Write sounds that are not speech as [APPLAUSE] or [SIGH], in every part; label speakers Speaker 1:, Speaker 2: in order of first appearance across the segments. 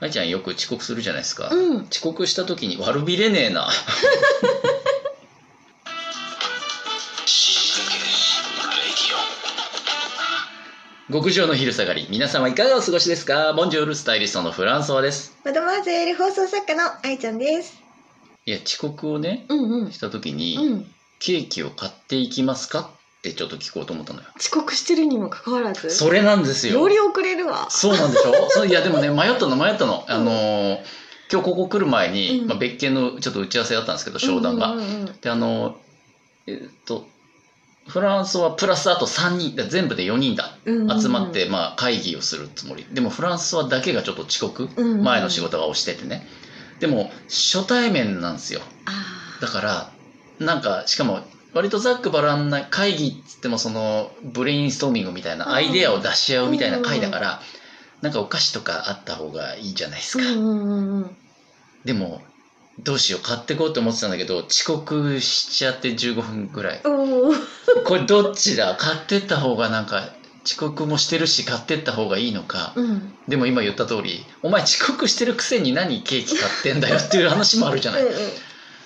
Speaker 1: 愛ちゃんよく遅刻するじゃないですか、
Speaker 2: うん
Speaker 1: 遅刻した時に悪びれねえ
Speaker 2: [LAUGHS]
Speaker 1: な極上の昼下がり皆様いかがお過ごしですかボンジョールスタイリストのフランソワです
Speaker 2: マドモアゼール放送作家の愛ちゃんです
Speaker 1: いや遅刻をね
Speaker 2: うんうん
Speaker 1: した時に、
Speaker 2: うん
Speaker 1: ケーキを買っていきますかってちょっと聞こうと思ったのよ
Speaker 2: 遅刻してるにもかかわらず
Speaker 1: それなんですよ
Speaker 2: より遅れるわ
Speaker 1: そうなんでしょ [LAUGHS] そういやでもね迷ったの迷ったの、あのー今日ここ来る前に、
Speaker 2: うん
Speaker 1: まあ、別件のちょっと打ち合わせだったんですけど商談が、
Speaker 2: うんうんうん
Speaker 1: であのえーっとフランスはプラスあと3人だ全部で4人だ
Speaker 2: うんうん
Speaker 1: 集まって、まあ、会議をするつもりでもフランスはだけがちょっと遅刻
Speaker 2: うんうん
Speaker 1: 前の仕事が押しててねでも初対面なんですよ
Speaker 2: あ
Speaker 1: だからなんかしかも割とざっくばらんな会議っつってもそのブレインストーミングみたい
Speaker 2: うん
Speaker 1: なアイデアを出し合うみたいな会だからなんかお菓子とかあった方がいいじゃないです
Speaker 2: ー
Speaker 1: か
Speaker 2: うんうんうんうん
Speaker 1: でもどうしよう買ってこうと思ってたんだけど遅刻しちゃって15分ぐらい
Speaker 2: おー
Speaker 1: これどっちだ買ってった方がなんか遅刻もしてるし買ってった方がいいのか
Speaker 2: うん
Speaker 1: でも今言った通りお前遅刻してるくせに何ケーキ買ってんだよっていう話もあるじゃな
Speaker 2: う
Speaker 1: い
Speaker 2: んうん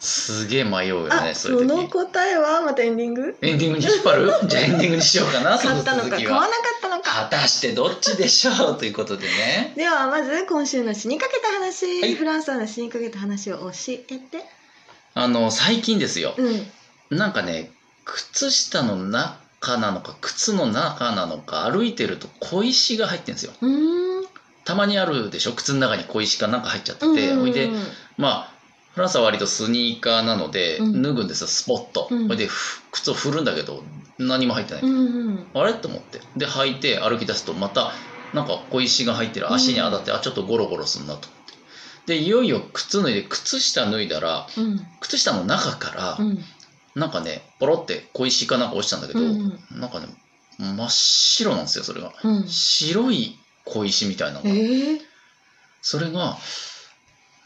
Speaker 1: すげえ迷うよ
Speaker 2: あ、
Speaker 1: ねそうい
Speaker 2: そ
Speaker 1: 時
Speaker 2: うの答えはまたエンディング
Speaker 1: エンディングに引っ張るじゃあエンディングにしようか
Speaker 2: [LAUGHS]
Speaker 1: なそ
Speaker 2: 買
Speaker 1: の
Speaker 2: ったのか
Speaker 1: 続
Speaker 2: 買
Speaker 1: き
Speaker 2: わな
Speaker 1: は
Speaker 2: かったのか
Speaker 1: 果たしてどっちでしょうということでね
Speaker 2: ではまず今週の死にかけた話、
Speaker 1: はい
Speaker 2: フランスの死にかけた話を教えて
Speaker 1: あの最近ですよ
Speaker 2: うん
Speaker 1: なんかね靴下の中なのか靴の中なのか歩いてると小石が入ってるんですよ
Speaker 2: うーん
Speaker 1: たまにあるでしょ靴の中に小石かなんか入っちゃって
Speaker 2: うん
Speaker 1: て、
Speaker 2: うん
Speaker 1: ほ
Speaker 2: う
Speaker 1: い
Speaker 2: ん
Speaker 1: でまあフランスは割とスニーカーなので、
Speaker 2: うん
Speaker 1: 脱ぐんですよスポッと、
Speaker 2: うん
Speaker 1: ほいでふ靴を振るんだけど何も入ってない、
Speaker 2: うんうん
Speaker 1: あれと思ってで履いて歩き出すとまたなんか小石が入ってる足に当たって、あちょっとゴロゴロすんなと思ってでいよいよ靴脱いで靴下脱いだら
Speaker 2: うん
Speaker 1: 靴下の中から、
Speaker 2: うん
Speaker 1: なんかねポロって小石かなんか落ちたんだけど、
Speaker 2: うん
Speaker 1: なんかね真っ白なんですよそれが
Speaker 2: うん
Speaker 1: 白い小石みたいなの
Speaker 2: え
Speaker 1: が、
Speaker 2: ー
Speaker 1: それが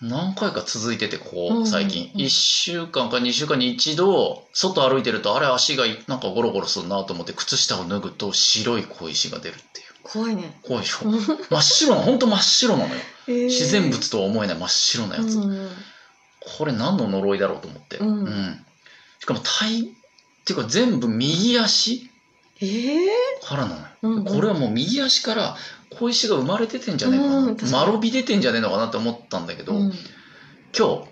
Speaker 1: 何回か続いててこ
Speaker 2: うん
Speaker 1: こ最近、
Speaker 2: うん
Speaker 1: 1週間か2週間に一度外歩いてるとあれ足がなんかゴロゴロするなと思って靴下を脱ぐと白い小石が出るっていう
Speaker 2: 怖い [LAUGHS] ね
Speaker 1: 怖いでしょ真っ白な本当真っ白なのよ
Speaker 2: えー
Speaker 1: 自然物とは思えない真っ白なやつ、
Speaker 2: うんうん
Speaker 1: これ何の呪いだろうと思って、
Speaker 2: うん
Speaker 1: しかも体っていうか全部右足
Speaker 2: えー
Speaker 1: からなのよ、
Speaker 2: うんうん
Speaker 1: これはもう右足から小石が生まれててんじゃねえかな、
Speaker 2: うん確かに
Speaker 1: まろび出てんじゃねえのかなって思ったんだけど、
Speaker 2: うん
Speaker 1: 今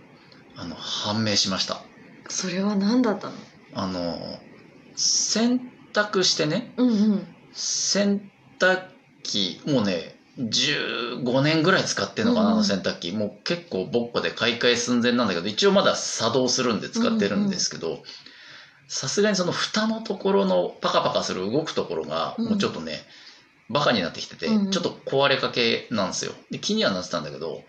Speaker 1: 日あの判明しました
Speaker 2: それは何だったの
Speaker 1: あの洗濯してね
Speaker 2: う
Speaker 1: [LAUGHS]
Speaker 2: んうん
Speaker 1: 洗濯機もうね15年ぐらい使ってんのかな、
Speaker 2: うん
Speaker 1: あの洗濯機もう結構ぼっこで買い替え寸前なんだけど一応まだ作動するんで使ってるんですけどさすがにその蓋のところのパカパカする動くところが
Speaker 2: うん
Speaker 1: もうちょっとね、バカになってきてて、
Speaker 2: うんうん
Speaker 1: ちょっと壊れかけなんですよで気にはなってたんだけど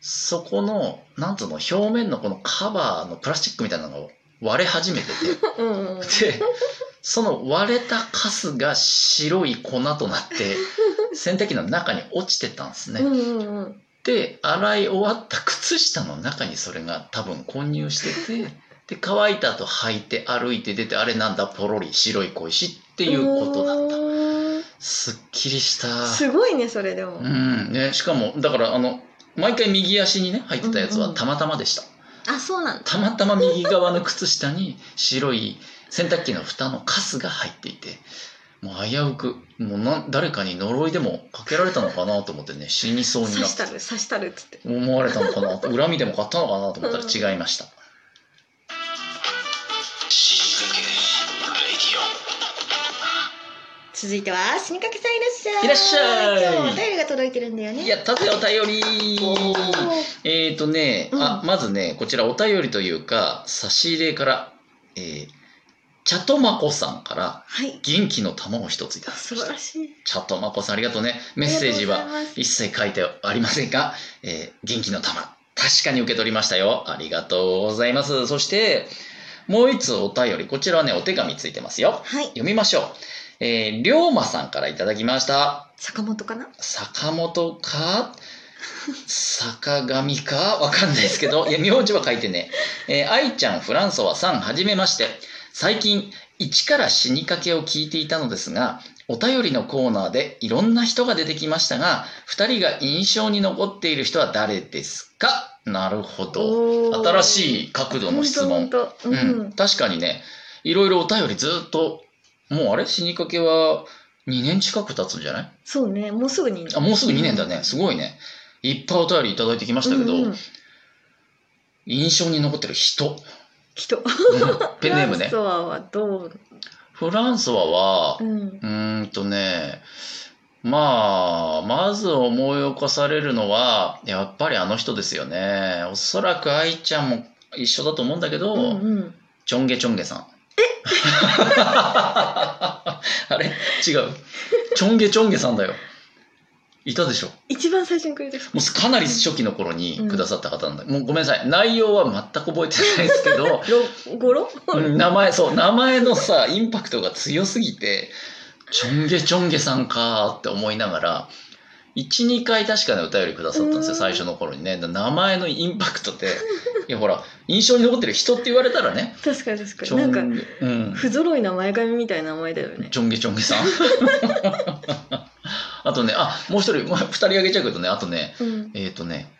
Speaker 1: そこのなんつうの表面のこのカバーのプラスチックみたいなのが割れ始めてて
Speaker 2: うんうん
Speaker 1: でその割れたカスが白い粉とな
Speaker 2: [LAUGHS]
Speaker 1: って洗濯機の中に落ちてたんですね、
Speaker 2: うんうんうん
Speaker 1: で洗い終わった靴下の中にそれが多分混入しててで乾いた後履いて歩いて出てあれなんだポロリ白い小石っていうことだった
Speaker 2: う
Speaker 1: すっきりした
Speaker 2: ーんすごいねそれでも
Speaker 1: うんねしかもだからあの毎回右足にね入ってたやつ
Speaker 2: うんう
Speaker 1: は
Speaker 2: ん
Speaker 1: たまたまでした、
Speaker 2: あそうなんだ
Speaker 1: たまたま右側の靴下に白い洗濯機の蓋のカスが入っていてもう危うくもうな誰かに呪いでもかけられたのかなと思ってね死にそう
Speaker 2: 刺
Speaker 1: になっ
Speaker 2: してたる刺したるっつって
Speaker 1: 思われたのかなと恨みでも買ったのかなと思ったら違いました、
Speaker 2: 続いては死にかけさんいらっしゃい
Speaker 1: いらっしゃい
Speaker 2: 今日はお便りが届いてるんだよね
Speaker 1: やったぜお便り
Speaker 2: おー
Speaker 1: えーとね、あ
Speaker 2: うん
Speaker 1: まずねこちらお便りというか差し入れからえー茶とまこさんから
Speaker 2: はい
Speaker 1: 元気の玉を一ついただき
Speaker 2: 素
Speaker 1: まし
Speaker 2: 晴
Speaker 1: た
Speaker 2: らしい
Speaker 1: チャットマコさんありがとうね。メッセージ
Speaker 2: あり
Speaker 1: は
Speaker 2: がとうございます
Speaker 1: 一切書いてありませんが、えー元気の玉、確かに受け取りましたよ。ありがとうございます。そして、もう一つお便り、こちらはね、お手紙ついてますよ。
Speaker 2: はい
Speaker 1: 読みましょう。えー、龍馬さんからいただきました。
Speaker 2: 坂本かな
Speaker 1: 坂本か坂上かわかんないですけど、いや、名字は書いてね。えー、愛ちゃん、フランソワさん、はじめまして。最近、一から死にかけを聞いていたのですが、お便りのコーナーでいろんな人が出てきましたが、二人が印象に残っている人は誰ですかなるほど。新
Speaker 2: い
Speaker 1: しい角度の質問。
Speaker 2: 本当本当
Speaker 1: う、
Speaker 2: うんん
Speaker 1: 確かにねいろいろお便りずっともうあれ死にかけは2年近く経つんじゃない
Speaker 2: そうねもうすぐに
Speaker 1: あもうすぐ2年だねすごいねいっぱいお便りいただいてきましたけど、
Speaker 2: うんうん
Speaker 1: 印象に残ってる
Speaker 2: [LAUGHS]
Speaker 1: 人、
Speaker 2: 人
Speaker 1: うんペンネームね
Speaker 2: フランソワはどう
Speaker 1: フランソワは
Speaker 2: うん
Speaker 1: うーんとねまあまず思い起こされるのはやっぱりあの人ですよねおそらく愛ちゃんも一緒だと思うんだけど、
Speaker 2: うんうん
Speaker 1: ちょんげちょんげさん。え [LAUGHS] あれ違う。ちょんげちょんげさんだよ。いたでしょ。
Speaker 2: 一番最初にくれた人
Speaker 1: もうかなり初期の頃にくださった方なんだ、もうごめんなさい。内容は全く覚えてないですけど、
Speaker 2: ろごろ
Speaker 1: うん名前、 [LAUGHS] そう、名前のさ、インパクトが強すぎて、ちょんげちょんげさんかーって思いながら、1、2回確かね、お便りくださったんですよ、
Speaker 2: うん
Speaker 1: 最初の頃にね。名前のインパクト [LAUGHS] で、いやほら、印象に残ってる人って言われたらね、
Speaker 2: 確かに確
Speaker 1: ち
Speaker 2: か
Speaker 1: ょ
Speaker 2: に
Speaker 1: ん
Speaker 2: なんか
Speaker 1: うん、
Speaker 2: 不揃いな前髪みたいな名前だよね
Speaker 1: ちょんげちょんげさん。 [LAUGHS] あとね、あ、もう一人、もう二人あげちゃうけどね、あとね、
Speaker 2: うん
Speaker 1: えっ、とね、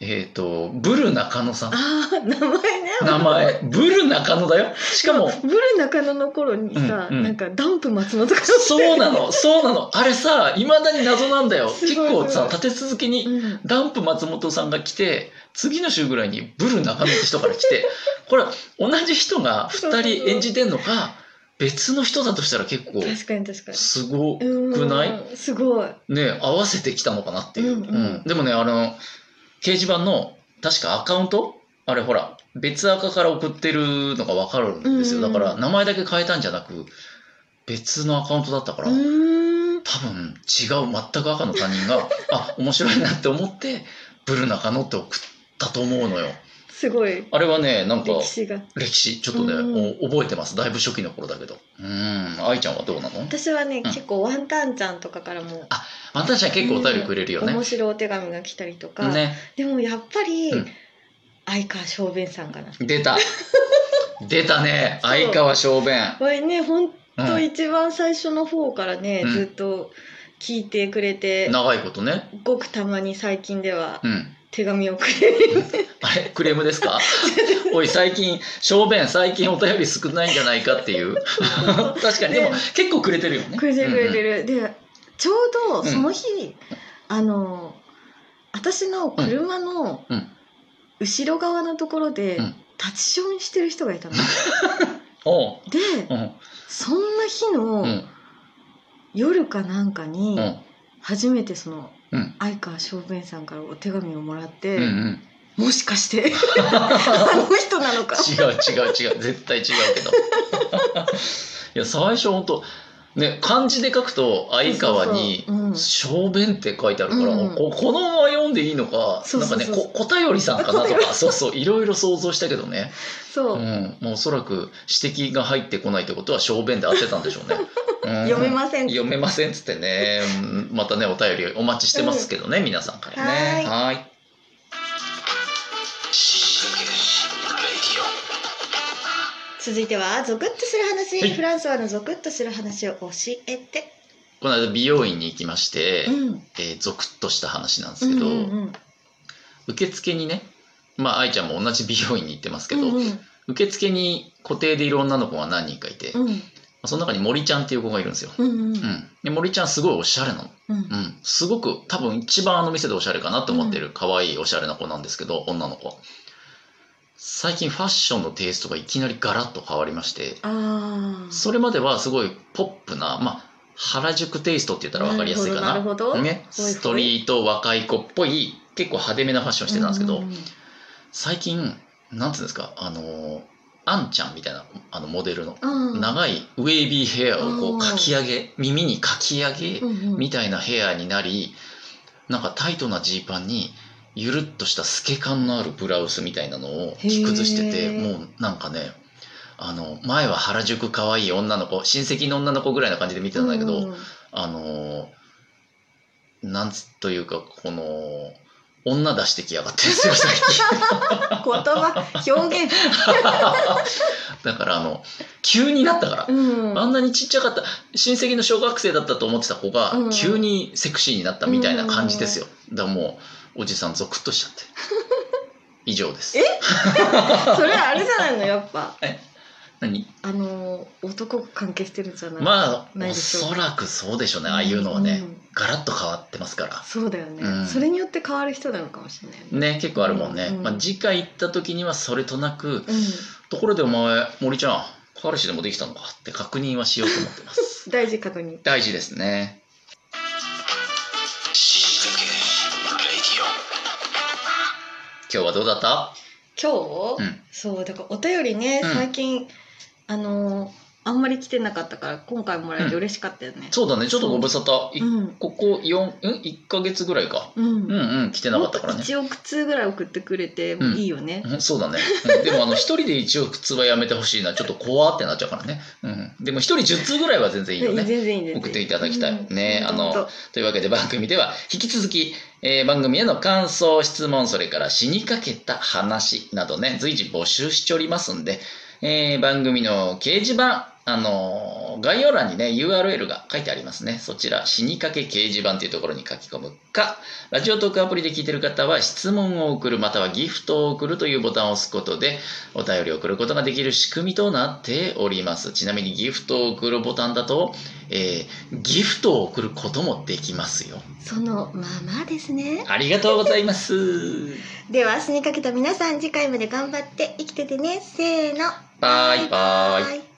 Speaker 1: えっ、と、ブル中野さん。
Speaker 2: ああ名前ね
Speaker 1: 名前、ブル中野だよ。しかも、
Speaker 2: ブル中野の頃にさ、
Speaker 1: うんうん
Speaker 2: なんかダンプ松本とか
Speaker 1: そうなの、そうなの。あれさ、いまだに謎なんだよ。
Speaker 2: すご
Speaker 1: 結
Speaker 2: いすごい
Speaker 1: 構さ、立て続けに、
Speaker 2: うん
Speaker 1: ダンプ松本さんが来て、次の週ぐらいにブル中野って人から来て、これ、同じ人が二人演じてんのか、別の人だとしたら結構、
Speaker 2: 確かに確かに
Speaker 1: すご
Speaker 2: うん
Speaker 1: くない
Speaker 2: すごい
Speaker 1: ね合わせてきたのかなっていう、
Speaker 2: うんうん
Speaker 1: でもねあの掲示板の確かアカウントあれほら別アカから送ってるのが分かるんですよ、
Speaker 2: うんうん
Speaker 1: だから名前だけ変えたんじゃなく別のアカウントだったから、
Speaker 2: うーん
Speaker 1: 多分違う全く赤の他人
Speaker 2: [LAUGHS]
Speaker 1: があ面白いなって思って「ブル中野」って送ったと思うのよ
Speaker 2: すごい
Speaker 1: あれはねなんか
Speaker 2: 歴史が
Speaker 1: 歴史ちょっとね、
Speaker 2: うん
Speaker 1: お覚えてますだいぶ初期の頃だけどうん愛ちゃんはどうなの
Speaker 2: 私はね、
Speaker 1: うん
Speaker 2: 結構ワンタンちゃんとかからも
Speaker 1: またちゃん結構お便りくれるよね
Speaker 2: 面、白いお手紙が来たりとか、
Speaker 1: ね
Speaker 2: でもやっぱり、
Speaker 1: うん
Speaker 2: 相川小便さんかな
Speaker 1: 出
Speaker 2: [LAUGHS]
Speaker 1: た出たね
Speaker 2: そう
Speaker 1: 相川小便、
Speaker 2: これね本
Speaker 1: う
Speaker 2: 当
Speaker 1: ん、
Speaker 2: 一番最初の方からね、
Speaker 1: うん
Speaker 2: ずっと聞いてくれて、
Speaker 1: 長いことね
Speaker 2: ごくたまに最近では
Speaker 1: うん
Speaker 2: 手紙をくれる
Speaker 1: あれクレームです
Speaker 2: [LAUGHS]
Speaker 1: かおい最近小便最近お便り少ないんじゃないかっていう
Speaker 2: [LAUGHS]
Speaker 1: 確かにでも
Speaker 2: ね
Speaker 1: 結構くれてるよね
Speaker 2: くれてるくれて
Speaker 1: る、
Speaker 2: る、でちょうどその日、あの私の車の
Speaker 1: うんうん
Speaker 2: 後ろ側のところで、
Speaker 1: うん
Speaker 2: 立ちションしてる人がいたの。
Speaker 1: うんうん、おう
Speaker 2: で
Speaker 1: うん
Speaker 2: そんな日
Speaker 1: う
Speaker 2: の
Speaker 1: ん
Speaker 2: 夜かなんかに、
Speaker 1: うん
Speaker 2: 初めてその
Speaker 1: うん
Speaker 2: 相川小便さんからお手紙をもらって、
Speaker 1: うんうん、
Speaker 2: もしかして
Speaker 1: [LAUGHS]
Speaker 2: あの人なのか
Speaker 1: 違う違う違う絶対違うけ
Speaker 2: [LAUGHS]
Speaker 1: どいや最初本当ね漢字で書くと相川に
Speaker 2: そうそうそううん
Speaker 1: 小便って書いてあるから、
Speaker 2: うん
Speaker 1: ここのまま読んでいいのか、
Speaker 2: そうそうそう
Speaker 1: なんかね、こ、小便りさんかなとか、そうそう、いろいろ想像したけどね。
Speaker 2: そうう、
Speaker 1: ん、もうおそらく指摘が入ってこないってことは、小便で合ってたんでしょう
Speaker 2: [LAUGHS]
Speaker 1: ね。うん
Speaker 2: 読めません
Speaker 1: 読めませんっつってね、うんまたね、お便りお待ちしてますけどね、皆さんから
Speaker 2: はー
Speaker 1: ね。
Speaker 2: い
Speaker 1: はーい。
Speaker 2: 続いてはゾクッとする話、
Speaker 1: はい
Speaker 2: フランスはのゾクッとする話を教えて
Speaker 1: この間美容院に行きまして、
Speaker 2: うん
Speaker 1: えーゾクッとした話なんですけど、
Speaker 2: うんうん
Speaker 1: 受付にね、まあ、愛ちゃんも同じ美容院に行ってますけど、
Speaker 2: うんうん
Speaker 1: 受付に固定でいる女の子が何人かいて、
Speaker 2: うん
Speaker 1: その中に森ちゃんっていう子がいるんですよ。
Speaker 2: うんうん
Speaker 1: うん、で森ちゃんすごいおしゃれなの、
Speaker 2: うん
Speaker 1: うん、すごく多分一番あの店でおしゃれかなと思ってる可愛いおしゃれな子なんですけど女の子最近ファッションのテイストがいきなりガラッと変わりまして
Speaker 2: ああ
Speaker 1: それまではすごいポップな、まあ、原宿テイストって言ったら分かりやすいかな
Speaker 2: なるほどなるほど
Speaker 1: ね、
Speaker 2: ほいほい
Speaker 1: ストリート若い子っぽい結構派手めなファッションしてたんですけど、
Speaker 2: ううん
Speaker 1: 最近なんていうんですかあのーあんちゃんみたいなあのモデルの
Speaker 2: うん
Speaker 1: 長いウェービーヘアをこうかき上げ耳にかき上げ、
Speaker 2: うんうん
Speaker 1: みたいなヘアになりなんかタイトなジーパンにゆるっとした透け感のあるブラウスみたいなのを着崩してて
Speaker 2: へー
Speaker 1: もうなんかねあの前は原宿可愛い女の子親戚の女の子ぐらいな感じで見てたんだけど、
Speaker 2: うんうん
Speaker 1: あのなんつというかこの女出してきやがってるんですよ、最近。
Speaker 2: [LAUGHS] 言葉表
Speaker 1: [LAUGHS]
Speaker 2: 現、
Speaker 1: だから、あの、急になったから。
Speaker 2: うん、
Speaker 1: あんなにちっちゃかった、親戚の小学生だったと思ってた子が
Speaker 2: う、ん
Speaker 1: 急にセクシーになったみたいな感じですよ。だからもう、おじさんゾクッとしちゃって。以上です。え
Speaker 2: それはあれじゃないのやっぱ
Speaker 1: 何
Speaker 2: あの男関係してるんじゃない、
Speaker 1: まあ、
Speaker 2: ない
Speaker 1: お
Speaker 2: でしょう
Speaker 1: そらくそうでしょうね、ああいうのはね。
Speaker 2: うん
Speaker 1: ガラッと変わってますから。
Speaker 2: そうだよね、
Speaker 1: うん
Speaker 2: それによって変わる人なのかもしれないよね、
Speaker 1: ね、結構あるもんね。
Speaker 2: うん
Speaker 1: まあ、次回行った時にはそれとなく、ところでお前、森ちゃん、彼氏でもできたのかって確認はしようと思って
Speaker 2: [LAUGHS]
Speaker 1: ます。
Speaker 2: うん、大事確認
Speaker 1: 大事ですね。今日はどうだった
Speaker 2: 今日、
Speaker 1: うん
Speaker 2: そうだからお便りね
Speaker 1: うん
Speaker 2: 最近、あのあんまり来てなかったから今回もらえて嬉しかったよね、
Speaker 1: そうだね、ちょっとご無沙汰。い
Speaker 2: うん
Speaker 1: ここ4、ん ?1 ヶ月ぐらいか。
Speaker 2: うん
Speaker 1: うんうん、来てなかったからね。
Speaker 2: 1億通ぐらい送ってくれて
Speaker 1: うん
Speaker 2: いいよね、
Speaker 1: うんそうだね。うんでも、あの、一人で1億通はやめてほしいな。ちょっと怖ってなっちゃうからね。うん。でも、一人10通ぐらいは全然いいよ
Speaker 2: い
Speaker 1: ね
Speaker 2: や。全然いいです
Speaker 1: 送っていただきたいねあの
Speaker 2: ほんと
Speaker 1: というわけで番組では引き続き、えー番組への感想質問それから死にかけた話などね随時募集しておりますんで、えー番組の掲示板あのー概要欄にね URL が書いてありますねそちら死にかけ掲示板というところに書き込むかラジオトークアプリで聞いてる方は質問を送るまたはギフトを送るというボタンを押すことでお便りを送ることができる仕組みとなっておりますちなみにギフトを送るボタンだと、えーギフトを送ることもできますよ
Speaker 2: そのままですね
Speaker 1: ありがとうございます
Speaker 2: では明日にかけた皆さん次回まで頑張って生きててねせーの
Speaker 1: バイバイ
Speaker 2: イ